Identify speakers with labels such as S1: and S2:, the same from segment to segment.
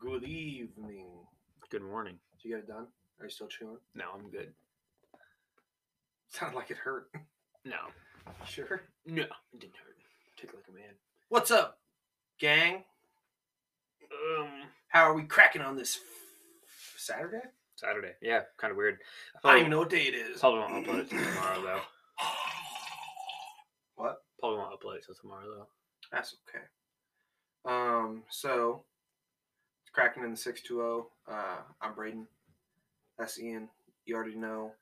S1: Good evening.
S2: Good morning.
S1: Did you get it done? Are you still chewing?
S2: No, I'm good.
S1: Sounded like it hurt.
S2: No,
S1: Sure.
S2: no, it didn't hurt.
S1: Take it like a man. What's up, gang?
S2: Um,
S1: How are we cracking on this f- Saturday?
S2: Saturday. Yeah, kind of weird.
S1: I don't even know what day it is.
S2: Probably won't upload it till tomorrow though.
S1: What?
S2: Probably won't upload it till tomorrow though.
S1: That's okay. Um, so it's cracking in the six two zero. Uh, I'm Braden. That's Ian. You already know.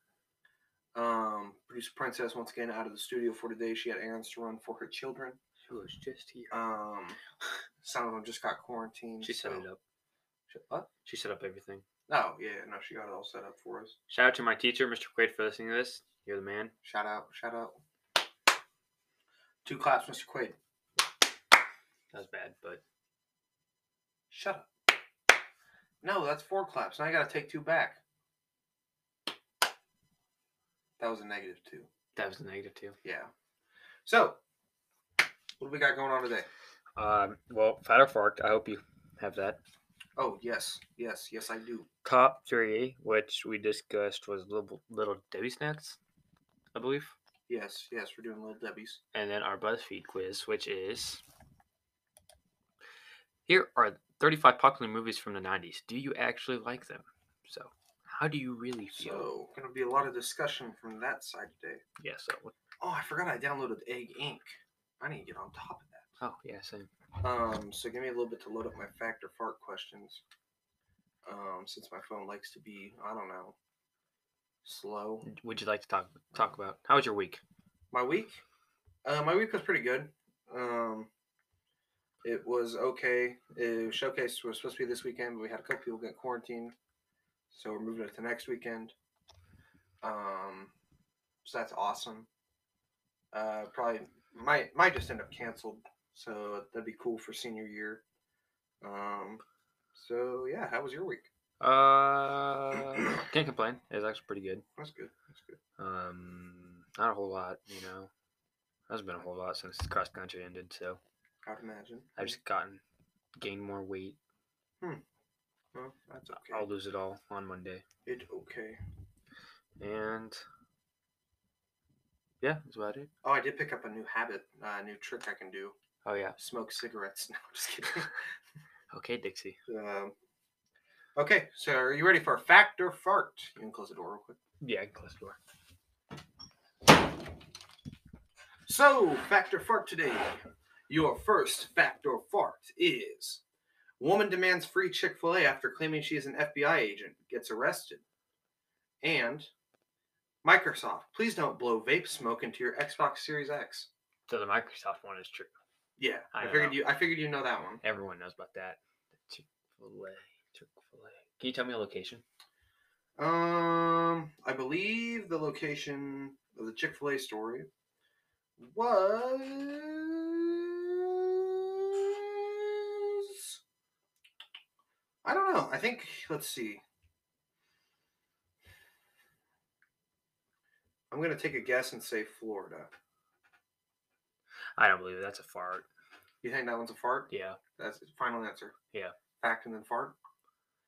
S1: Um, producer Princess once again out of the studio for today. She had errands to run for her children.
S2: She was just here.
S1: Um, some of them just got quarantined.
S2: She set
S1: so-
S2: it up.
S1: She- What?
S2: She set up everything.
S1: No, yeah, no, she got it all set up for us.
S2: Shout out to my teacher, Mr. Quaid, for listening to this. You're the man.
S1: Shout out, shout out. Two claps, Mr. Quaid.
S2: That was bad, but
S1: Shut up. No, that's four claps. Now I gotta take two back. That was a negative two.
S2: that was a negative too.
S1: Yeah. So, what do we got going on today?
S2: Um, well, fat or forked. I hope you have that.
S1: Oh, yes, yes, yes, I do.
S2: Top three, which we discussed, was little little Debbie snacks, I believe,
S1: Yes, yes, we're doing Little Debbie's.
S2: and then our BuzzFeed quiz, which is here are 35 popular movies from the 90s. Do you actually like them? So, how do you really feel?
S1: So, gonna be a lot of discussion from that side today.
S2: yeah. So,
S1: Oh, I forgot I downloaded Egg Inc. I need to get on top of that.
S2: oh yeah, same.
S1: Um, so give me a little bit to load up my fact or fart questions. Um, since my phone likes to be, I don't know, slow.
S2: Would you like to talk talk about how was your week?
S1: My week, uh, my week was pretty good. Um, it was okay. It showcase was supposed to be this weekend, but we had a couple people get quarantined, so we're moving it to next weekend. Um, so that's awesome. Uh, probably might might just end up canceled, so that'd be cool for senior year. Um, so yeah, how was your week?
S2: Uh, can't complain. It was actually pretty good.
S1: That's good. That's good.
S2: Um, not a whole lot, you know. That's been a whole lot since cross country ended, so
S1: I'd imagine.
S2: I've just gotten gained more weight.
S1: well, that's
S2: I'll
S1: okay.
S2: lose it all on Monday,
S1: It's okay.
S2: and yeah, that's about it.
S1: Oh, I did pick up a new habit, uh, new trick I can do.
S2: Oh yeah,
S1: smoke cigarettes. No, I'm just kidding.
S2: okay, Dixie.
S1: um, okay, so are you ready for a fact or fart? You can close the door real quick.
S2: Yeah, I can close the door.
S1: So, fact or fart today. Your first fact or fart is woman demands free Chick fil A after claiming she is an FBI agent, gets arrested. And Microsoft, please don't blow vape smoke into your Xbox Series X.
S2: So the Microsoft one is true.
S1: Yeah,
S2: I
S1: I,
S2: know.
S1: figured you. I figured you know that one.
S2: Everyone knows about that. Chick Fil A, Chick Fil A. Can you tell me a location?
S1: Um, I believe the location of the Chick Fil A story was. I don't know. I think let's see. I'm gonna take a guess and say Florida.
S2: I don't believe it. That's a fart.
S1: You think that one's a fart?
S2: Yeah.
S1: That's the final answer.
S2: Yeah.
S1: Fact and then fart.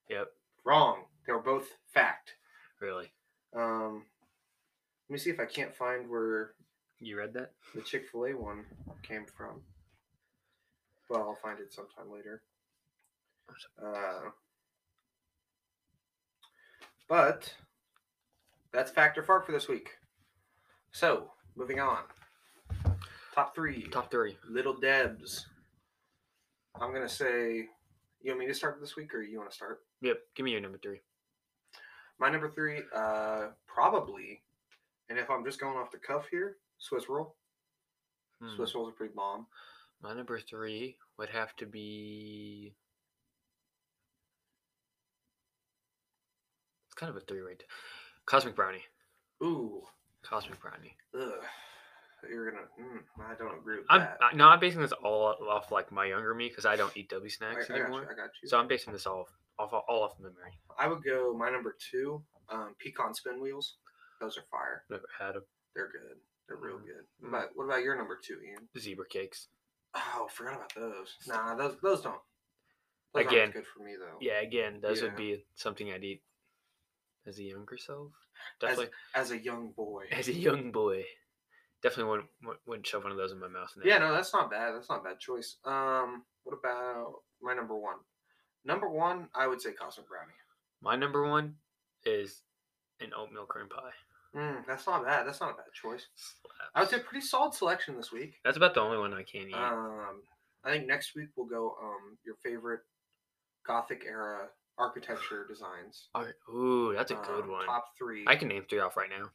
S2: Yep.
S1: Wrong. They were both fact.
S2: Really.
S1: Um, let me see if I can't find where
S2: You read that?
S1: the Chick Fil A one came from. Well, I'll find it sometime later. Uh, but that's fact or fart for this week. So moving on, top three,
S2: Top three.
S1: little Debs. I'm gonna say, you want me to start this week, or you want to start?
S2: Yep. Give me your number three.
S1: My number three, uh, probably, and if I'm just going off the cuff here, Swiss roll.
S2: Hmm.
S1: Swiss rolls are pretty bomb.
S2: My number three would have to be. It's kind of a three right there. Cosmic Brownie.
S1: Ooh,
S2: Cosmic Brownie.
S1: ugh. You're gonna. Mm, I don't agree with
S2: I'm
S1: that.
S2: I, no, I'm basing this all off like my younger me because I don't eat W
S1: I, I
S2: snacks
S1: got you. I
S2: anymore.
S1: got you.
S2: So I'm basing this all off all, all off memory.
S1: I would go my number two, um, pecan spin wheels. Those are fire.
S2: Never had a
S1: They're good. They're real
S2: Mm,
S1: good.
S2: mm.
S1: But what about your number two, Ian?
S2: zebra cakes.
S1: Oh, forgot about those. Nah, those those don't Those aren't
S2: Again.
S1: good for me though.
S2: Yeah, again, those would
S1: Oh, Yeah.
S2: be something I'd eat as a younger
S1: As-
S2: self. Definitely
S1: As a young boy.
S2: as, a young boy. Definitely wouldn't- wouldn't wouldn't shove one of those in my mouth. now.
S1: Yeah, no, that's not bad. That's not a bad choice. Um, what about my number one? Number one, I would say Cosmic Brownie.
S2: My number one is an oatmeal cream pie.
S1: Mm, that's not bad. That's not a bad choice.
S2: Slaps.
S1: I would say pretty solid selection this week.
S2: That's about the only one I can eat.
S1: Um, I think next week we'll go um your favorite Gothic era architecture designs.
S2: Alright, Ooh, that's a good
S1: Um,
S2: one.
S1: Top three.
S2: I can name three off right now,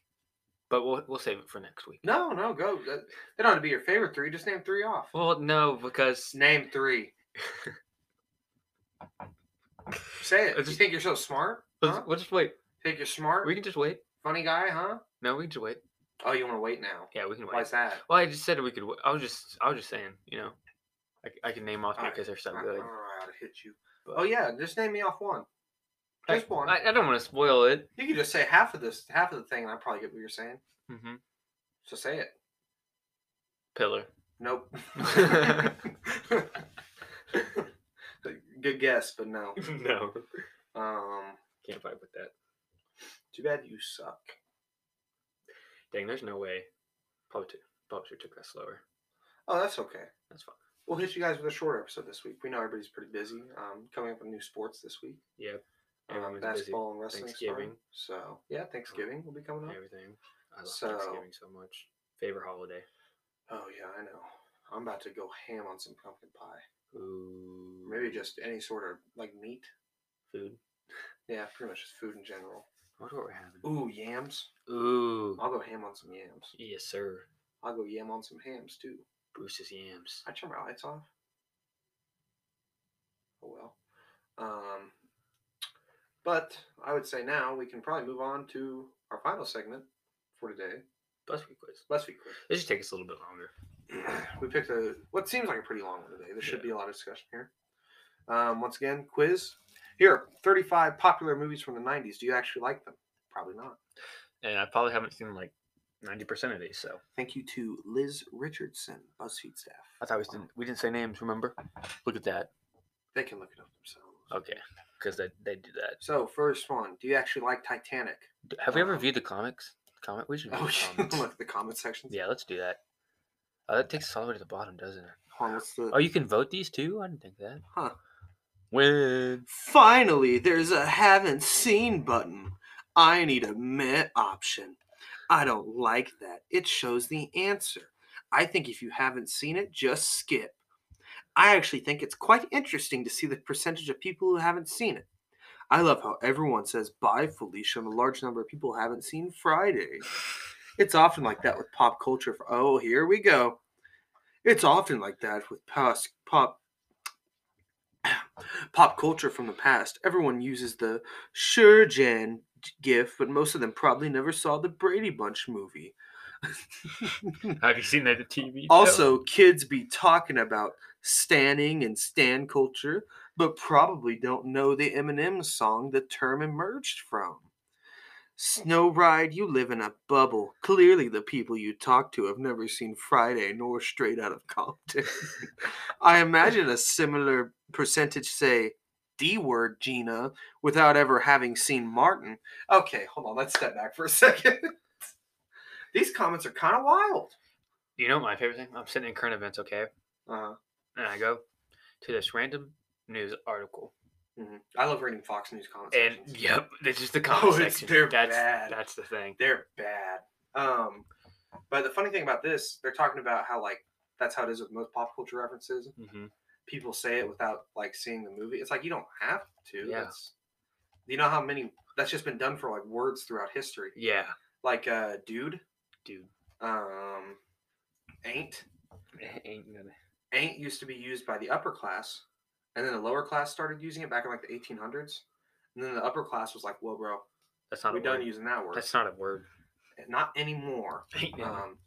S2: but we'll we'll save it for next week.
S1: No, no, go. That- They don't have to be your favorite three. Just name three off.
S2: Well, no, because
S1: Name three. Say it.
S2: It's
S1: You
S2: just-
S1: think you're so smart?
S2: let's,
S1: Huh?
S2: we'll just wait.
S1: Think you're smart?
S2: We can just wait.
S1: Funny guy, huh?
S2: No, we can just wait.
S1: Oh, you want to wait now?
S2: Yeah, we can
S1: Why's
S2: wait.
S1: that?
S2: Well, I just said we could. wa- I was just I was just saying, you know, I, I can name off
S1: Alright,
S2: because they're so
S1: I-
S2: good.
S1: All right, I'll hit you.
S2: But-
S1: Oh yeah, just name me off one.
S2: I-
S1: Just one.
S2: I, I don't want to spoil it.
S1: you can just say half of this, half of the thing, and I probably get what you're saying.
S2: hmm
S1: So say it.
S2: Pillar.
S1: Nope. Good guess, but no.
S2: no,
S1: Um,
S2: can't fight with that.
S1: too bad you suck.
S2: Dang, there's no way. Probably two. Probably should took that slower.
S1: Oh, that's okay.
S2: That's fine.
S1: We'll hit you guys with a short episode this week. We know everybody's pretty busy. Um, coming up with new sports this week.
S2: Yep.
S1: Um,
S2: Everyone's busy.
S1: basketball and wrestling. Thanksgiving.
S2: Thanksgiving.
S1: So yeah, Thanksgiving will be coming up.
S2: Everything. I love
S1: So-
S2: Thanksgiving so much. Favorite holiday.
S1: Oh yeah, I know. I'm about to go ham on some pumpkin pie.
S2: Ooh.
S1: Maybe just any sort of like meat.
S2: food.
S1: Yeah, pretty much just food in general.
S2: I wonder what we're having.
S1: Ooh, yams.
S2: Ooh.
S1: I'll go ham on some yams.
S2: Yes, sir.
S1: I'll go yam on some hams too.
S2: Bruce's yams.
S1: I turn my lights off. Oh well. Um, but I would say now we can probably move on to our final segment for today.
S2: Best week quiz.
S1: Let's be quick.
S2: This should take us a little bit longer.
S1: we picked a what seems like a pretty long one today. There should be a lot of discussion here. Um, once again, quiz. Here, are 35 popular movies from the 90s. Do you actually like them? Probably not.
S2: And I probably haven't seen like ninety percent of these, so
S1: Thank you to Liz Richardson, BuzzFeed staff.
S2: I thought we didn't we didn't say names, remember? Look at that.
S1: They can look it up themselves.
S2: Okay. Because they, they do that.
S1: So, first one, do you actually like Titanic?
S2: D- Have we ever
S1: Um,
S2: viewed the comics? Comic we should
S1: Oh,
S2: view the
S1: yeah,
S2: comics.
S1: look at the comment section.
S2: Yeah, let's do that. Oh, that takes us all the way to the bottom, doesn't it?
S1: Hold on, what's the...
S2: Oh, you can vote these too? I didn't think that.
S1: Huh.
S2: When
S1: Finally, there's a haven't seen button. I need a meh option. I don't like that. It shows the answer. I think if you haven't seen it, just skip. I actually think it's quite interesting to see the percentage of people who haven't seen it. I love how everyone says bye, Felicia, and a large number of people haven't seen Friday. It's often like that with pop culture. For, oh, here we go. It's often like that with past pop pop culture from the past. Everyone uses the sure Jan gif, but most of them probably never saw the Brady Bunch movie.
S2: have you seen that at TV?
S1: Also, kids be talking about standing and stand culture, but probably don't know the Eminem song the term emerged from. Snow Ride, you live in a bubble. Clearly, the people you talk to have never seen Friday nor Straight Out of Compton. I imagine a similar percentage say D word Gina without ever having seen Martin. Okay, hold on, let's step back for a second. These comments are kind of wild.
S2: you know my favorite thing? I'm sitting in current events, okay?
S1: Uh,
S2: and I go to this random news article,
S1: Mhm. I love reading Fox News comments.
S2: and yep, it's just the comment
S1: Oh, it's-
S2: section.
S1: they're
S2: that's
S1: bad.
S2: that's the thing.
S1: they're bad. Um, but the funny thing about this, they're talking about how like that's how it is with most pop culture references.
S2: hmm
S1: People say it without like seeing the movie. It's like you don't have to.
S2: Yeah.
S1: That's, you know how many that's just been done for like words throughout history.
S2: Yeah,
S1: Like uh, dude,
S2: dude,
S1: um, ain't
S2: ain't gonna.
S1: ain't used to be used by the upper class, and then the lower class started using it back in like the 1800s, and then the upper class was like, "Well, bro,
S2: That's not
S1: we
S2: a
S1: done
S2: word.
S1: using that word.
S2: That's not a word.
S1: not anymore."
S2: Ain't gonna.
S1: Um,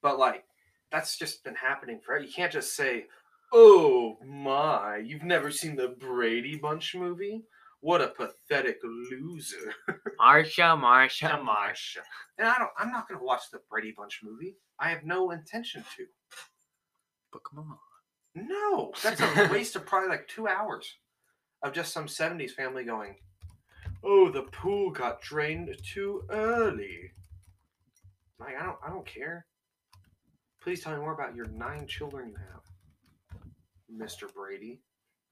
S1: but like that's just been happening forever. You can't just say, "Oh my, you've never seen the Brady Bunch movie? What a pathetic loser!"
S2: Marsha, Marsha, Marsha.
S1: Gosh. And I don't. I'm not going to watch the Brady Bunch movie. I have no intention to.
S2: But come on.
S1: No, that's a waste of probably like two hours. of just some 70s family going, "Oh, the pool got drained too early." Like I don't I don't care. Please tell me more about your nine children you have. Mr. Brady.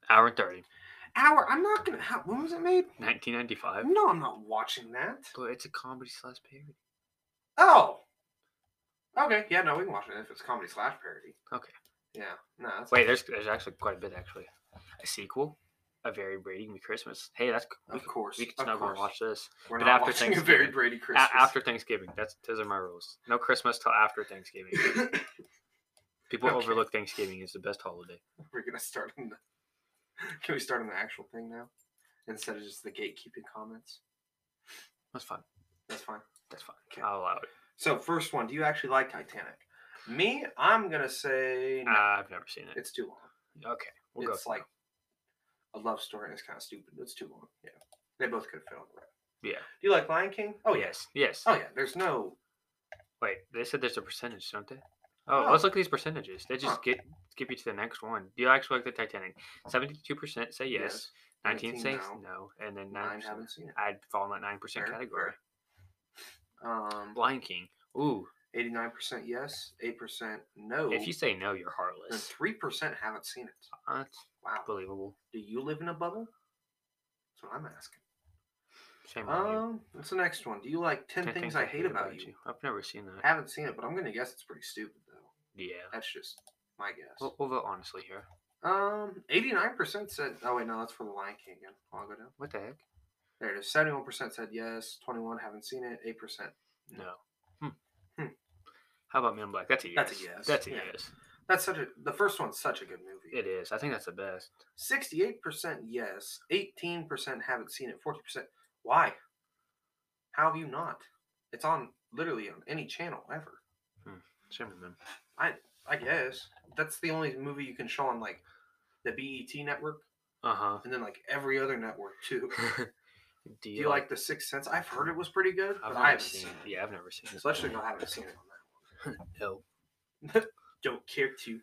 S2: Hour and 30,
S1: Hour, I'm not gonna. How, when was it made?
S2: 1995.
S1: No, I'm not watching that.
S2: But it's a comedy slash parody.
S1: Oh. Okay. Yeah. No, we can watch it if it's comedy slash parody.
S2: Okay.
S1: Yeah. No. That's
S2: Wait, there's there's actually quite a bit actually. A sequel, a very Brady Christmas. Hey, that's we
S1: Of
S2: could-
S1: course.
S2: we can
S1: of
S2: snuggle
S1: course.
S2: and watch this
S1: We're
S2: but
S1: not
S2: after
S1: watching a very
S2: Thanksgiving.
S1: Brady
S2: A-
S1: Christmas.
S2: after Thanksgiving. That's those are my rules. No Christmas till after Thanksgiving. People
S1: Okay.
S2: overlook Thanksgiving as the best holiday.
S1: We're gonna start on the. Can we start on the actual thing now, instead of just the gatekeeping comments?
S2: That's fine.
S1: That's fine.
S2: That's fine.
S1: Okay.
S2: I'll allow it.
S1: So first one, do you actually like Titanic? Me, I'm gonna say no.
S2: I've never seen it.
S1: it's too long.
S2: Okay, Uh, we'll
S1: it's
S2: go.
S1: like a love story. and It's kind of stupid. It's too long. Yeah, they both could have failed. Right?
S2: Yeah.
S1: Do you like Lion King? Oh yes.
S2: Yes.
S1: Oh yeah. There's no.
S2: Wait, they said there's a percentage, don't they? Oh,
S1: No.
S2: let's look at these percentages. They just
S1: Huh.
S2: get skip you to the next one. Do you actually like the Titanic? Seventy-two percent say yes, nineteen
S1: 19
S2: say
S1: no,
S2: no, and then nine
S1: Nine
S2: percent.
S1: haven't seen it.
S2: I'd fall in that nine percent
S1: Fair,
S2: category.
S1: Um,
S2: Lion King. Ooh,
S1: eighty-nine percent yes, eight percent no,
S2: if you say no, you're
S1: and
S2: heartless.
S1: three percent haven't seen it.
S2: That's
S1: Wow.
S2: believable.
S1: Do you live in a bubble? That's what I'm asking.
S2: Shame on you.
S1: Um, what's the next one? Do you like 10,
S2: 10
S1: things, I hate about you?
S2: I've never seen that.
S1: Haven't seen it, but I'm going to guess it's pretty stupid, though.
S2: Yeah.
S1: That's just my guess.
S2: We'll, we'll vote honestly here.
S1: Um, 89% said, oh, wait, no, that's for The Lion King again. I'll go down.
S2: What the heck?
S1: There it is. 71% said yes, 21 haven't seen it, 8%. No.
S2: No. Hmm.
S1: Hmm.
S2: How about Men in Black? That's a yes.
S1: That's a yes,
S2: That's a
S1: yeah.
S2: yes.
S1: That's such a, the first one's such a good movie.
S2: It is. I think that's the best.
S1: 68% yes, 18% haven't seen it, 40%. Why? How have you not? It's on literally on any channel ever.
S2: Shame on them.
S1: I guess that's the only movie you can show on like the BET network,
S2: Uh
S1: and then like every other network too.
S2: huh.
S1: Do you like The Sixth Sense? I've heard it was pretty good,
S2: I've
S1: but
S2: never
S1: I haven't
S2: seen,
S1: seen
S2: it. Yeah, I've never seen
S1: it.
S2: it.
S1: So let's just go haven't seen it on that.
S2: No.
S1: one. Don't care to.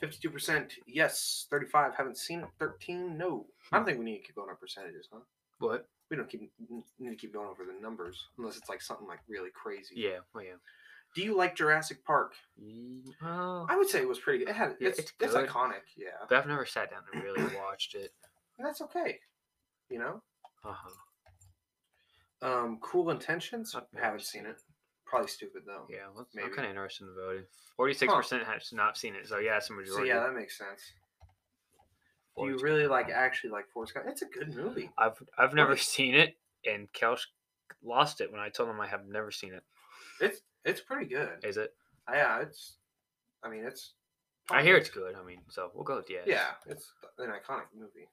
S1: Fifty-two percent yes, thirty-five haven't seen it, thirteen no. I don't think we need to keep going on percentages, huh?
S2: What?
S1: We don't keep need to keep going over the numbers unless it's like something like really crazy.
S2: Yeah. Well, yeah.
S1: Do you like Jurassic Park?
S2: Ye- well,
S1: I would say it was pretty. Good. It had
S2: Yeah,
S1: it's,
S2: it's
S1: it's,
S2: good.
S1: iconic. Yeah,
S2: but I've never sat down and really watched it.
S1: and that's okay. You know.
S2: Uh huh.
S1: Um, Cool Intentions.
S2: I've never
S1: haven't seen
S2: seen
S1: it. Probably stupid though.
S2: Yeah. Well, I'm
S1: Maybe.
S2: kind of interested in voting. Forty-six percent has not seen it, so yeah, it's a
S1: so
S2: majority.
S1: yeah, that makes sense. Do you
S2: Forrest-
S1: really like actually like Forrest Gump? It's a good movie.
S2: I've I've never
S1: Forrest-
S2: seen it, and Kelch lost it when I told him I have never seen it.
S1: It's it's pretty good.
S2: Is it?
S1: Yeah, it's. I mean, it's.
S2: I hear it's good. I mean, so we'll go with yes.
S1: Oh. Yeah, it's an iconic movie.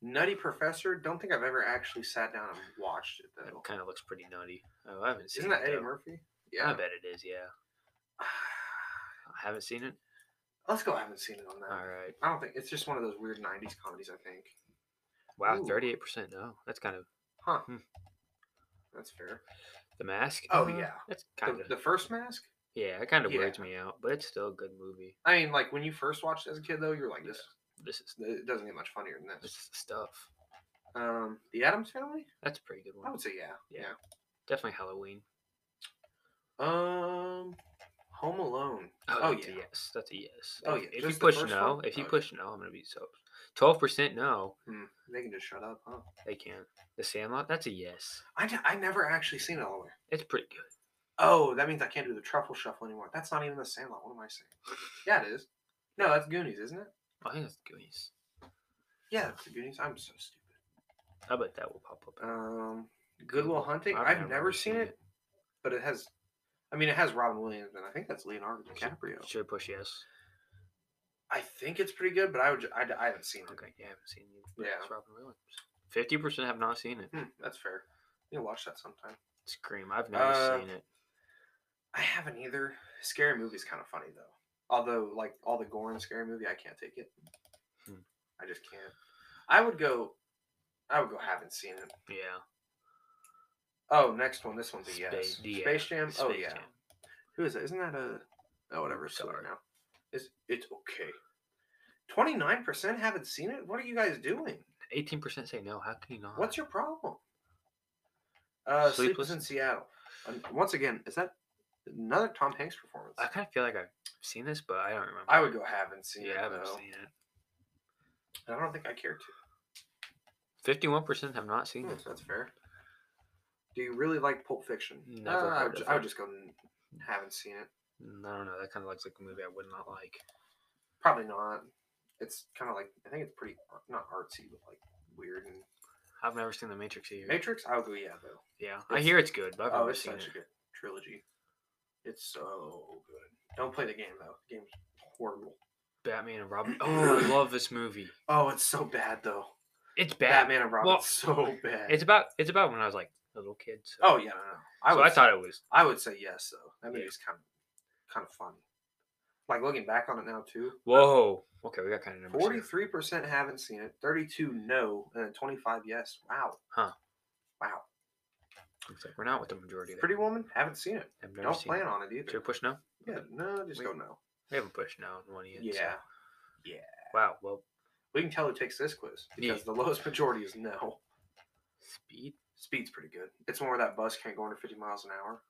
S1: Nutty Professor. Don't think I've ever actually sat down and watched it
S2: It
S1: though.
S2: kind of looks pretty nutty. Oh, I haven't seen
S1: Isn't that
S2: it.
S1: Eddie
S2: though.
S1: Murphy?
S2: I
S1: Yeah.
S2: bet it is. Yeah. I haven't seen it.
S1: Let's go. I haven't seen it on that.
S2: All right.
S1: I don't think it's just one of those weird '90s comedies. I think.
S2: Wow.
S1: Ooh.
S2: Thirty-eight percent. No, that's kind of
S1: Huh.
S2: Hmm.
S1: That's fair.
S2: the mask.
S1: Oh,
S2: uh,
S1: yeah.
S2: That's kind
S1: The,
S2: of
S1: the first mask.
S2: yeah. It kind of
S1: yeah.
S2: weirds me out, but it's still a good movie.
S1: I mean, like when you first watched it as a kid, though, you're like, this
S2: This is
S1: it doesn't get much funnier than
S2: this
S1: this.
S2: is the stuff.
S1: Um, the Adams Family.
S2: That's a pretty good
S1: I
S2: one.
S1: would say yeah,
S2: Yeah. Definitely Halloween.
S1: yeah. Um, Home Alone.
S2: Oh,
S1: Oh,
S2: that's
S1: yeah.
S2: a yes. That's a yes.
S1: Oh,
S2: If-
S1: yeah,
S2: If you
S1: just the
S2: push
S1: first
S2: no,
S1: one?
S2: if you
S1: Oh, yeah.
S2: push no, I'm gonna be so. Twelve percent no,
S1: Hmm, they can just shut up, huh?
S2: they can't. The Sandlot. That's a yes.
S1: I, d- I never actually seen it all the way.
S2: It's pretty good.
S1: Oh, that means I can't do the truffle shuffle anymore. That's not even the Sandlot. What am I saying? Yeah, it is. No, that's Goonies, isn't it?
S2: I think that's Goonies.
S1: Yeah, that's the Goonies. I'm so stupid.
S2: I bet that will pop up.
S1: Um, Goodwill Hunting. I've, never, seen it, but it has. I mean, it has Robin Williams, and I think that's Leonardo DiCaprio.
S2: Should we push yes?
S1: I think it's pretty good, but I would ju- I, d- I haven't seen it.
S2: Okay, yeah, I haven't seen it.
S1: Yeah.
S2: It's Robin Williams. Fifty percent have not seen it.
S1: Hmm, that's fair. You'll watch that sometime.
S2: Scream. I've never
S1: Uh,
S2: seen it.
S1: I haven't either. Scary movie's kind of funny though. Although, like all the gore in scary movie, I can't take it.
S2: Hmm.
S1: I just can't. I would go. I would go. Haven't seen it.
S2: Yeah.
S1: Oh, next one. This one's a
S2: Spa-
S1: yes.
S2: yeah,
S1: Space Jam. oh
S2: Space
S1: yeah.
S2: Jam.
S1: Who is that? Isn't that a? Oh whatever. It's Sorry.
S2: Sorry.
S1: now. It's it's okay. Twenty nine percent haven't seen it. What are you guys doing?
S2: Eighteen percent say no. How can you not?
S1: What's your problem? Uh, Sleepless,
S2: Sleepless-
S1: in Seattle. Um, once again, is that another Tom Hanks performance?
S2: I kind of feel like I've seen this, but I don't remember.
S1: I would go haven't seen
S2: Yeah, I
S1: it
S2: haven't
S1: though.
S2: seen it.
S1: I don't think I care to.
S2: Fifty-one percent have not seen
S1: Hmm,
S2: it.
S1: that's fair. Do you really like Pulp Fiction?
S2: Never
S1: Uh, I,
S2: heard
S1: would,
S2: of
S1: ju- I would
S2: it.
S1: just go. n- Haven't seen it.
S2: Mm, I don't know. That kind of looks like a movie I would not like.
S1: Probably not. It's kind of like I think it's pretty ar- not artsy, but like weird and
S2: I've never seen The Matrix either.
S1: Matrix. I'll go yeah though.
S2: yeah, I
S1: it's-
S2: hear it's good, but I've
S1: Oh,
S2: never
S1: it's
S2: seen
S1: such
S2: it.
S1: a good trilogy. It's so good. Don't play the game though. The game's horrible.
S2: Batman and Robin. Oh, I love this movie.
S1: Oh, it's so bad though.
S2: It's bad.
S1: Batman and Robin
S2: Well,
S1: so bad.
S2: It's about it's about when I was like a little kid. So.
S1: oh yeah, no, no. I
S2: so
S1: would
S2: I thought it was.
S1: I would say yes though. That
S2: Yeah.
S1: movie's kind of kind of funny. Like looking back on it now too.
S2: Whoa. Okay, we got kind of numbers.
S1: Forty
S2: here.
S1: three percent haven't seen it. Thirty two no, and then twenty five yes. Wow.
S2: Huh.
S1: Wow.
S2: Looks like we're not with the majority. There.
S1: Pretty Woman haven't seen it.
S2: I've never
S1: Don't
S2: seen
S1: plan
S2: it.
S1: on it either.
S2: Should we push no?
S1: Yeah, no, just
S2: We-
S1: go no.
S2: We haven't pushed no in one yet. so-
S1: Yeah.
S2: Wow. Well,
S1: We can tell who takes this quiz
S2: Yeah.
S1: because the lowest majority is no.
S2: speed.
S1: Speed's pretty good. It's one where that bus can't go under 50 miles an hour.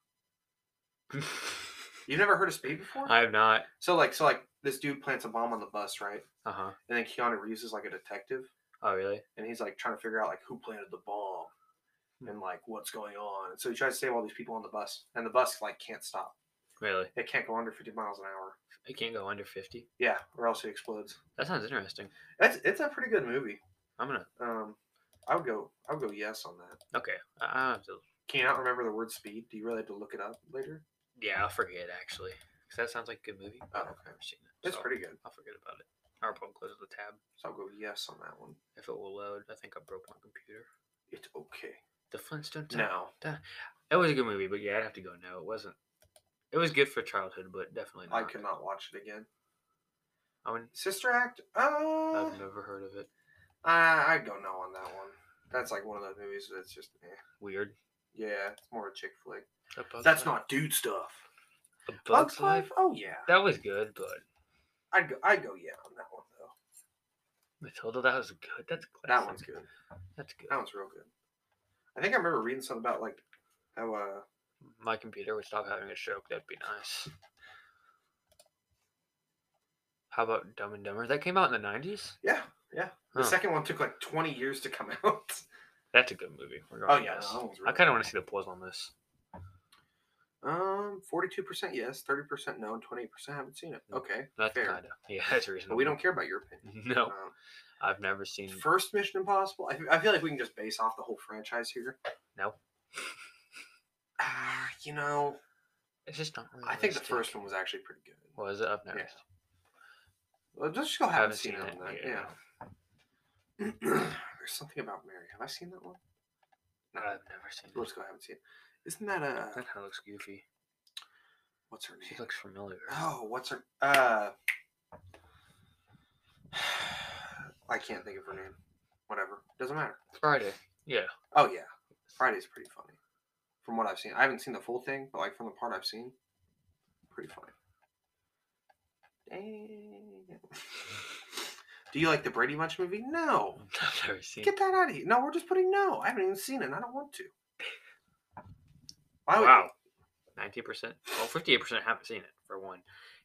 S1: You've never heard of speed before?
S2: I have not.
S1: so like, so like, this dude plants a bomb on the bus, right?
S2: Uh huh.
S1: And then Keanu Reeves is like a detective,
S2: Oh really?
S1: and he's like trying to figure out like who planted the bomb,
S2: Hmm.
S1: and like what's going on. And so he tries to save all these people on the bus, and the bus like can't stop.
S2: Really?
S1: It can't go under 50 miles an hour.
S2: It can't go under fifty.
S1: Yeah, or else it explodes.
S2: That sounds interesting.
S1: That's it's a pretty good movie.
S2: I'm gonna.
S1: Um, I would go I would go yes on that.
S2: Okay. I, I have to.
S1: Can you not remember the word speed? Do you really have to look it up later?
S2: Yeah, I'll forget actually, because that sounds like a good movie. but
S1: Oh,
S2: I've
S1: okay.
S2: never seen it.
S1: It's
S2: so
S1: pretty good.
S2: I'll forget about it. I'll probably close the tab
S1: So I'll go yes on that one.
S2: if it will load. I think I broke my computer.
S1: It's okay.
S2: The Flintstones.
S1: No.
S2: That was a good movie, but yeah, I'd have to go. No, it wasn't. It was good for childhood, but definitely
S1: I
S2: not.
S1: could not watch it again.
S2: I would,
S1: Sister Act? Uh,
S2: I've never heard of it.
S1: I, I'd go no on that one. That's like one of those movies that's just, eh.
S2: Weird.
S1: yeah, it's more a chick flick.
S2: A Bug's
S1: That's
S2: Life-
S1: not dude stuff.
S2: A
S1: Bugs Life? Oh, yeah.
S2: That was good, but
S1: I'd go, I'd go yeah on that one, though.
S2: Matilda, that was good. That's classic.
S1: That one's good.
S2: That's good.
S1: That one's real good. I think I remember reading something about, like, how, uh,
S2: my computer would stop having a stroke. That'd be nice. How about Dumb and Dumber? That came out in the nineties.
S1: yeah, yeah. The
S2: Huh.
S1: second one took like 20 years to come out.
S2: That's a good movie.
S1: oh, yeah, no,
S2: regardless.
S1: that one's real
S2: I kind of want to see the polls on this.
S1: Um, forty-two percent yes, thirty percent no, and twenty-eight percent haven't seen it.
S2: Mm.
S1: Okay,
S2: That's
S1: Fair.
S2: kind of yeah. That's reasonable.
S1: but we don't care about your opinion.
S2: No,
S1: Um,
S2: I've never seen.
S1: first Mission Impossible. I, fe- I feel like we can just base off the whole franchise here.
S2: No.
S1: Ah, you know,
S2: It's just not. Realistic.
S1: I think the first one was actually pretty good.
S2: was it. I've never.
S1: Yeah. Well, just go haven't,
S2: Haven't
S1: seen,
S2: seen
S1: it.
S2: it,
S1: on that. Yeah.
S2: yeah.
S1: There's something about Mary. Have I seen that one? No,
S2: I've never seen. It.
S1: let's go. haven't seen it. Isn't that uh,
S2: That kind of looks goofy.
S1: what's her
S2: She
S1: name?
S2: looks familiar.
S1: Oh, what's her? Uh, I can't think of her name. Whatever, doesn't matter.
S2: Friday. Yeah.
S1: Oh yeah, Friday's pretty funny. From what I've seen, I haven't seen the full thing, but like from the part I've seen, pretty funny. Damn. Do you like the Brady Bunch movie? No.
S2: I've never seen.
S1: Get that out of here. No, we're just putting no. I haven't even seen it. and I don't want to. Why would
S2: Wow. Nineteen percent. Well, fifty-eight percent haven't seen it for one,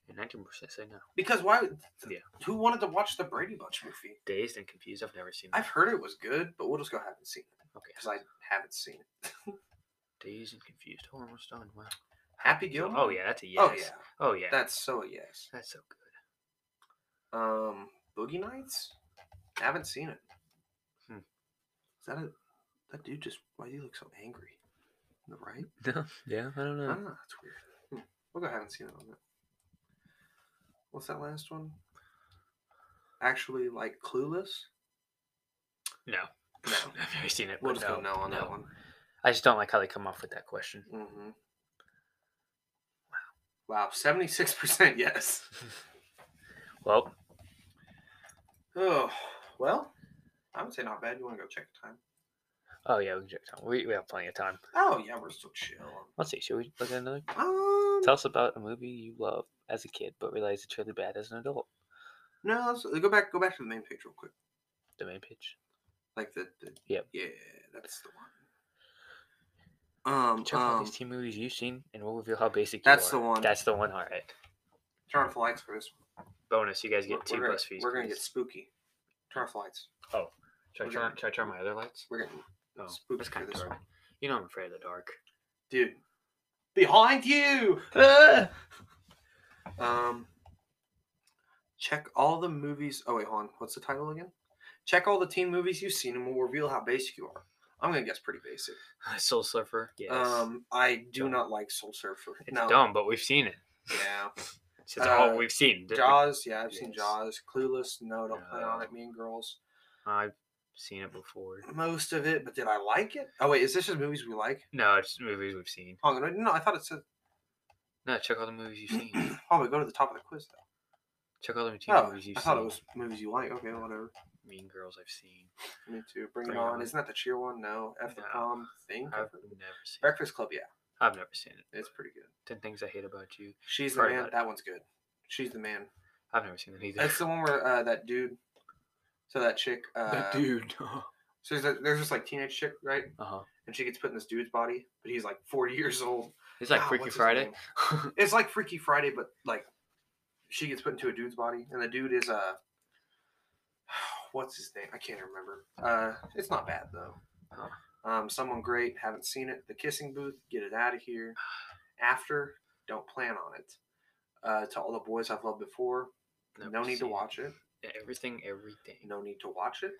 S2: and nineteen percent say no.
S1: Because why? would-
S2: Yeah.
S1: Who wanted to watch the Brady Bunch movie?
S2: Dazed and confused. I've never seen.
S1: I've heard it was good, but we'll just go haven't seen it
S2: Okay.
S1: because I haven't seen it.
S2: Dazed and confused. Oh, almost done. Wow.
S1: Happy Gilmore.
S2: Oh yeah, that's a yes.
S1: Oh yeah.
S2: Oh yeah.
S1: That's so a yes.
S2: that's so good.
S1: Um, Boogie Nights. Haven't seen it.
S2: Hmm.
S1: Is that a that dude just? Why do you look so angry? On the right?
S2: No. Yeah. I don't
S1: Ah, that's weird. Hmm. We'll go. Haven't seen it on that. What's that last one? Actually, like clueless.
S2: No.
S1: No.
S2: I've never seen it.
S1: We'll
S2: but
S1: just go no on that one.
S2: I just don't like how they come off with that question.
S1: Mm-hmm. Wow. Wow. Seventy six percent yes.
S2: Well,
S1: Oh well, I would say not bad. You want to go check the time?
S2: oh yeah, we can check time. We, we have plenty of time.
S1: Oh yeah, we're still chill.
S2: Let's see. Should we look at another?
S1: Um,
S2: Tell us about a movie you love as a kid, but realize it's really bad as an adult.
S1: No, let's, go back. Go back to the main page real quick.
S2: The main page.
S1: Like the, the
S2: Yep.
S1: yeah, that's the one. Um,
S2: Check out
S1: um
S2: these team movies you've seen, and we'll reveal how basic. You
S1: that's
S2: are.
S1: the one.
S2: That's the one. All right.
S1: turn off the lights for this.
S2: Bonus. You guys
S1: We're,
S2: get two
S1: we're gonna,
S2: plus fees.
S1: we're gonna get
S2: please.
S1: spooky. Turn off the lights.
S2: Should I
S1: we're
S2: turn?
S1: gonna-
S2: Should I turn my other lights?
S1: We're getting
S2: Oh,
S1: Spooky
S2: that's
S1: for
S2: kind of
S1: this
S2: dark.
S1: one.
S2: You know I'm afraid of the dark.
S1: dude behind you.
S2: Ah!
S1: Um, check all the movies. Oh wait, hold on. What's the title again? Check all the teen movies you've seen, and we'll reveal how basic you are. I'm gonna guess pretty basic.
S2: Soul Surfer. Yes.
S1: Um, I do
S2: Dumb.
S1: not like Soul Surfer.
S2: it's
S1: no.
S2: dumb, but we've seen it.
S1: Yeah.
S2: It's just all
S1: Uh,
S2: we've seen. Did we-
S1: Jaws, yeah, I've seen
S2: Yes.
S1: Jaws. Clueless, no, don't plan on it.
S2: No.
S1: Mean Girls,
S2: I've seen it before.
S1: most of it, but did I like it? Oh wait, is this just movies we like?
S2: No, it's movies we've seen.
S1: Oh no, no, I thought it said.
S2: No, check all the movies you've seen.
S1: Oh, we go to the top of the quiz though.
S2: check all the teen
S1: Oh,
S2: movies you've
S1: I
S2: seen.
S1: thought it was movies you like. Okay, whatever.
S2: Mean Girls I've seen.
S1: Me too. Bring,
S2: Bring
S1: it
S2: It
S1: on.
S2: On.
S1: Isn't that the cheer one? No, F the
S2: No.
S1: prom thing.
S2: I've never seen. It.
S1: Breakfast Club, yeah,
S2: I've never seen it.
S1: it's pretty good.
S2: Ten Things I Hate About You.
S1: She's the
S2: Heard
S1: man.
S2: about it.
S1: That one's good. She's the man.
S2: I've never seen it either.
S1: That's the one where uh, that dude. So that chick. Uh,
S2: That dude.
S1: So there's, a, there's this like teenage chick, right?
S2: Uh huh.
S1: And she gets put in this dude's body, but he's like 40 years old.
S2: It's like
S1: God,
S2: Freaky
S1: what's his
S2: Friday.
S1: name? it's like Freaky Friday, but like she gets put into a dude's body, and the dude is uh, what's his name? I can't remember. Uh, it's not bad though.
S2: Huh.
S1: Um, someone great. Haven't seen it. The Kissing Booth. Get it out of here. After. Don't plan on it. Uh, to all the boys I've loved before.
S2: Never
S1: no need to
S2: seen it.
S1: watch it.
S2: Yeah, Everything, everything.
S1: No need to watch it.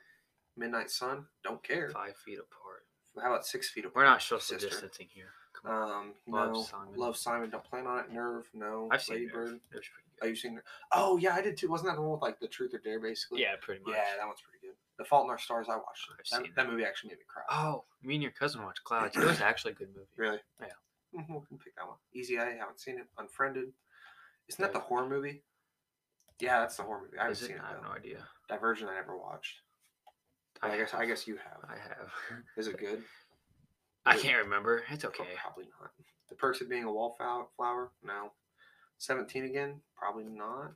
S1: Midnight Sun. Don't care.
S2: Five feet apart.
S1: How about six feet
S2: We're
S1: apart?
S2: not social
S1: Sister.
S2: distancing here. Come on.
S1: Um,
S2: Love,
S1: no.
S2: Simon.
S1: Love Simon. Don't plan on it. Nerve. No.
S2: I've seen it.
S1: Ladybird.
S2: It was pretty
S1: Oh,
S2: good.
S1: you seen? it? Oh, yeah, I did too. Wasn't that the one with like the Truth or Dare, basically?
S2: Yeah, pretty much.
S1: yeah, that one's pretty good. The Fault in Our Stars, I watched.
S2: I've
S1: That,
S2: seen
S1: that movie actually made me cry.
S2: Oh, me and your cousin watched Clouds. It was actually a good movie.
S1: really?
S2: Yeah.
S1: Mhm, we can pick that one. Easy I haven't seen it. Unfriended. Isn't that the
S2: Divergent.
S1: horror movie? Yeah, that's the horror movie. I haven't
S2: Is it?
S1: seen it
S2: I have
S1: though.
S2: no idea.
S1: Divergent, I never watched. But I guess I guess you have.
S2: I have.
S1: Is it good?
S2: I
S1: Is it-
S2: can't remember. It's
S1: Pro-
S2: okay.
S1: Probably not. The Perks of Being a Wallflower? No. Seventeen again? Probably not.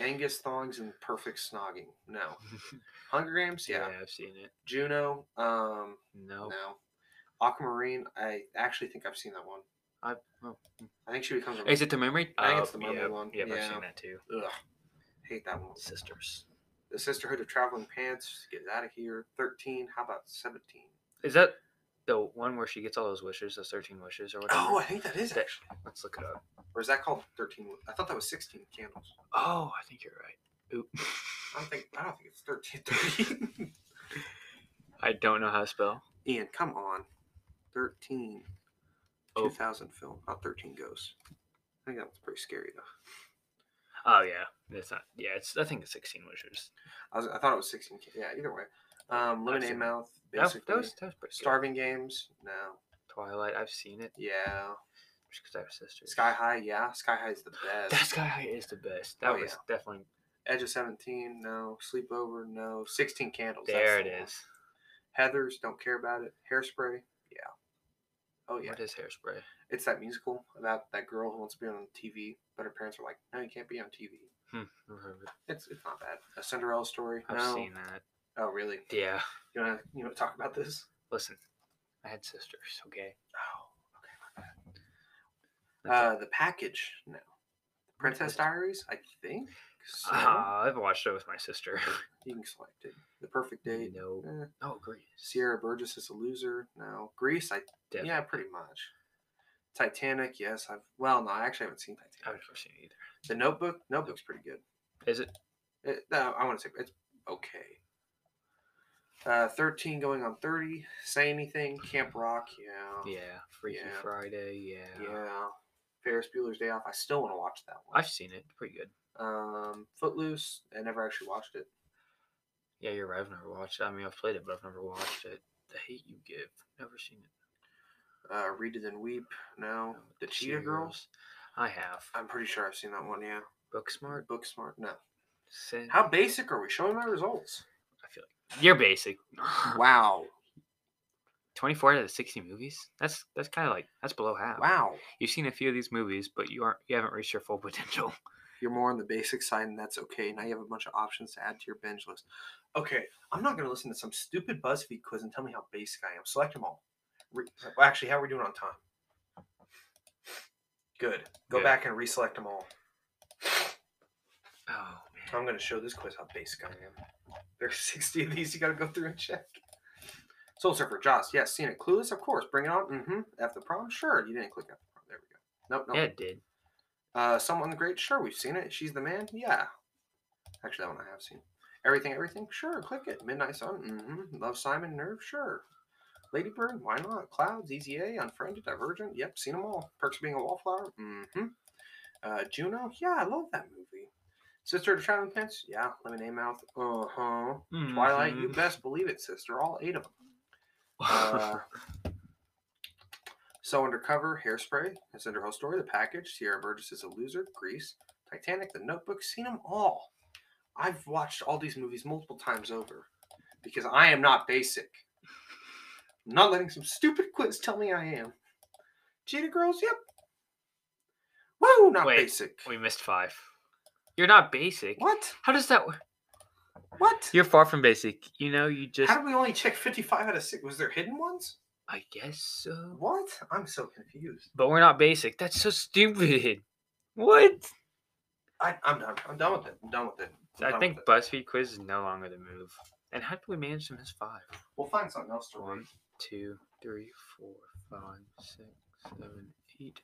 S1: Angus Thongs and Perfect Snogging? No. Hunger Games?
S2: yeah.
S1: yeah.
S2: I've seen it.
S1: Juno. Um,
S2: No.
S1: no. Aquamarine. I actually think I've seen that one.
S2: I, oh.
S1: I think she becomes a.
S2: Is it the mermaid?
S1: I think
S2: Oh,
S1: it's the mermaid
S2: yeah,
S1: one.
S2: Yeah, I've
S1: Yeah.
S2: seen that too.
S1: Ugh, hate that one.
S2: Sisters.
S1: The Sisterhood of Traveling Pants. Get out of here. Thirteen. How about seventeen?
S2: Is that the one where she gets all those wishes, those 13 wishes or whatever?
S1: Oh, I think that is
S2: That-
S1: actually.
S2: Let's look it up.
S1: Or is that called thirteen? I thought that was sixteen candles.
S2: Oh, I think you're right. Oop.
S1: I don't think. I don't think it's thirteen. 13.
S2: I don't know how to spell.
S1: Ian, come on. Thirteen.
S2: Oh.
S1: Two thousand film. Not thirteen ghosts. I think that was pretty scary though.
S2: Oh, yeah. It's not. Yeah, it's. I think it's 16 wishes.
S1: I, was, I thought it was sixteen. ca- Yeah. Either way. Um,
S2: seen
S1: Lemonade
S2: it.
S1: Mouth.
S2: That,
S1: Basically.
S2: that, was, that was pretty good.
S1: Starving Games, no.
S2: Twilight. I've seen it
S1: Yeah.
S2: just because I have sisters.
S1: Sky High, yeah. Sky High is the best.
S2: That Sky High is the best. That
S1: Oh,
S2: was definitely.
S1: Edge of Seventeen, no. Sleepover, no. Sixteen Candles. that's
S2: There
S1: the
S2: it
S1: one.
S2: is.
S1: Heather's, don't care about it. Hairspray, yeah. Oh yeah,
S2: What is hairspray?
S1: it's that musical about that girl who wants to be on TV, but her parents are like, "No, you can't be on TV."
S2: Hmm. I don't remember.
S1: It's it's not bad. A Cinderella story.
S2: I've
S1: no.
S2: seen that.
S1: Oh really?
S2: Yeah.
S1: You wanna you wanna talk about this?
S2: Listen, I had sisters. Okay.
S1: Oh, okay. Uh, the package, no. Princess Diaries, I think. So.
S2: Ah, I've watched it with my sister.
S1: You can select it. The Perfect Date.
S2: no.
S1: eh.
S2: Oh, great.
S1: Sierra Burgess is a loser. No, Greece. I
S2: Definitely.
S1: yeah, pretty much. Titanic. Yes, I've well, no, I actually haven't seen
S2: I've
S1: Titanic.
S2: never seen it either.
S1: The Notebook. Notebook's pretty good.
S2: Is it?
S1: It, no, I want to say it's okay. Uh, thirteen going on thirty. Say anything. Camp Rock. Yeah.
S2: Yeah. Freaky
S1: Oh, yeah.
S2: Friday. Yeah.
S1: Yeah. Ferris Bueller's Day Off. I still want to watch that one.
S2: I've seen it. Pretty good.
S1: Um, Footloose. I never actually watched it.
S2: Yeah, you're right. I've never watched it. I mean, I've played it, but I've never watched it. The Hate You Give. Never seen it.
S1: Uh, Read It and Weep. No. The Oh, Cheetah, Girls.
S2: I have.
S1: I'm pretty sure I've seen that one. Yeah.
S2: Booksmart.
S1: Book Smart. No.
S2: Sin.
S1: How basic are we? Show me my results.
S2: I feel like you're basic.
S1: Wow.
S2: 24 out of the 60 movies. That's that's kind of like that's below half.
S1: Wow.
S2: You've seen a few of these movies, but you aren't you haven't reached your full potential.
S1: you're more on the basic side, and that's okay. Now you have a bunch of options to add to your binge list. Okay, I'm not going to listen to some stupid BuzzFeed quiz and tell me how basic I am. Select them all. Re- well, actually, how are we doing on time? Good. Go
S2: Good.
S1: back and reselect them all.
S2: Oh man.
S1: I'm going to show this quiz how basic I am. There's 60 of these you got to go through and check. Soul Surfer, Joss, yes, seen it. Clueless, of course. Bring it on. Mm-hmm. F the prom, sure. You didn't click F the prom. There we go. Nope, nope.
S2: Yeah, it did.
S1: Uh, Someone Great, sure, we've seen it. She's the Man, yeah. Actually, that one I have seen. Everything, Everything, sure, click it. Midnight Sun, mm-hmm. Love, Simon, Nerve, sure. Lady Bird, why not? Clouds, EZA, Unfriended, Divergent, yep, seen them all. Perks of Being a Wallflower, mm-hmm. Uh, Juno, yeah, I love that movie. Sister to Traveling Pants, yeah, Lemonade Mouth, uh-huh. Twilight, you
S2: Mhm.
S1: best believe it, sister, all eight of them.
S2: Mm-hmm.
S1: Uh, so Undercover, Hairspray, It's Under Whole Story, The Package, Sierra Burgess is a Loser, Grease, Titanic, The Notebook, seen them all. I've watched all these movies multiple times over because I am not basic. I'm not letting some stupid quiz tell me I am. Cheetah Girls, yep. Woo, not
S2: Wait,
S1: basic.
S2: we missed five. You're not basic.
S1: What?
S2: How does that work?
S1: What?
S2: You're far from basic. You know, you just.
S1: How did we only check 55 out of 6? Was there hidden ones?
S2: I guess so.
S1: What? I'm so confused.
S2: But we're not basic. That's so stupid. What?
S1: I, I'm done. I'm done with it. I'm done with it. I'm
S2: I
S1: done
S2: think
S1: with it.
S2: BuzzFeed quiz is no longer the move. And how did we manage to miss five?
S1: we'll find something else to read.
S2: One, two, three, four, five, six, seven, eight,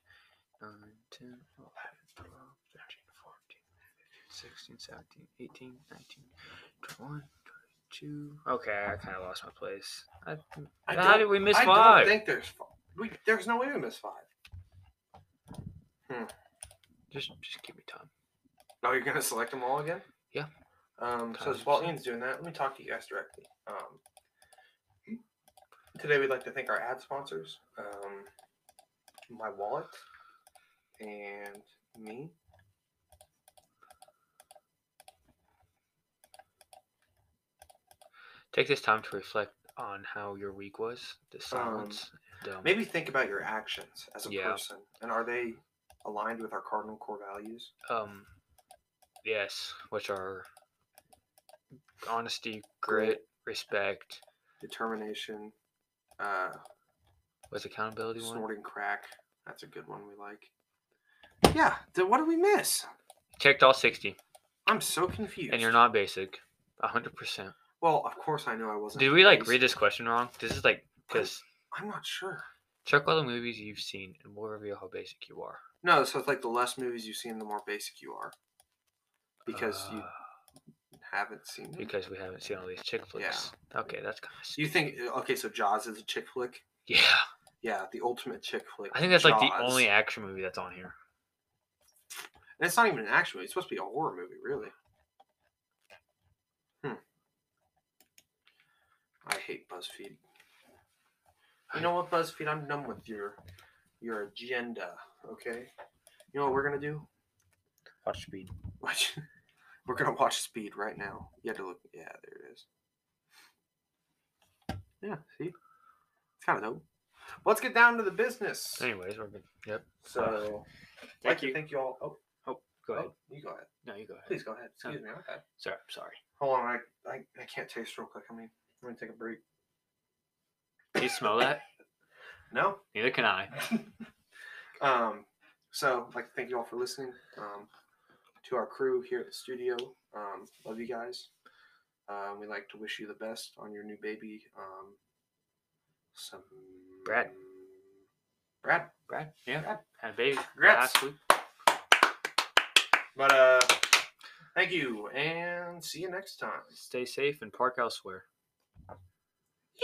S2: nine, ten, eleven, twelve, thirteen, fourteen, fifteen, sixteen, seventeen, eighteen, nineteen, twenty-one, twenty-two. Okay, I kind of lost my place. I,
S1: I
S2: how
S1: don't-
S2: did we miss
S1: I
S2: five?
S1: don't think there's five. We, there's no way we miss five.
S2: Just, just give me time.
S1: Oh, you're gonna select them all again?
S2: Yeah.
S1: Um, so
S2: Times.
S1: while Ian's doing that, let me talk to you guys directly. Um, today we'd like to thank our ad sponsors, um, my wallet, and me.
S2: Take this time to reflect on how your week was. The silence. and, um,
S1: Um, Maybe think about your actions as a
S2: Yeah.
S1: person, and are they aligned with our cardinal core values?
S2: Um, yes, which are honesty,
S1: Grit.
S2: grit, respect.
S1: Determination. Uh,
S2: Was accountability one?
S1: snorting crack. That's a good one we like. Yeah. Then what did we miss?
S2: Checked all sixty,
S1: I'm so confused.
S2: and you're not basic. A hundred percent.
S1: Well, of course I know I wasn't.
S2: Did we like
S1: basic.
S2: read this question wrong? This is like because
S1: I'm not sure.
S2: check all the movies you've seen, and we'll reveal how basic you are.
S1: No, so it's like the less movies you've seen, the more basic you are, because you
S2: Uh,
S1: haven't seen. Them.
S2: because we haven't seen all these chick flicks. Okay, that's kind of
S1: You think uh, okay, so Jaws is a chick flick.
S2: yeah.
S1: Yeah, the ultimate chick flick.
S2: I think that's like the
S1: Jaws.
S2: only action movie that's on here.
S1: And it's not even an action movie. It's supposed to be a horror movie, really. Hmm. I hate BuzzFeed. You know what, BuzzFeed? I'm done with your your agenda. Okay. You know what we're gonna do?
S2: Watch Speed.
S1: Watch. We're gonna watch Speed right now. You had to look. Yeah, there it is. Yeah, see, it's kind of dope. Let's get down to the business.
S2: Anyways, we're good. Yep.
S1: So,
S2: Thank
S1: thank
S2: you.
S1: you. Thank you all. Oh,
S2: Go ahead. Oh.
S1: oh, you go ahead.
S2: No, you go ahead.
S1: Please go ahead. Excuse me. Okay.
S2: Sorry. Sorry.
S1: Hold on. I, I I can't taste real quick. I mean, I'm gonna take a break.
S2: Do you smell that?
S1: No.
S2: Neither can I.
S1: um, so I'd like to thank you all for listening. Um, to our crew here at the studio, um, love you guys. Um, we'd like to wish you the best on your new baby. Um, some
S2: Brad.
S1: Brad.
S2: Brad. Yeah.
S1: Brad.
S2: Had a baby
S1: Congrats.
S2: last week.
S1: But uh, thank you and see you next time.
S2: Stay safe and park elsewhere.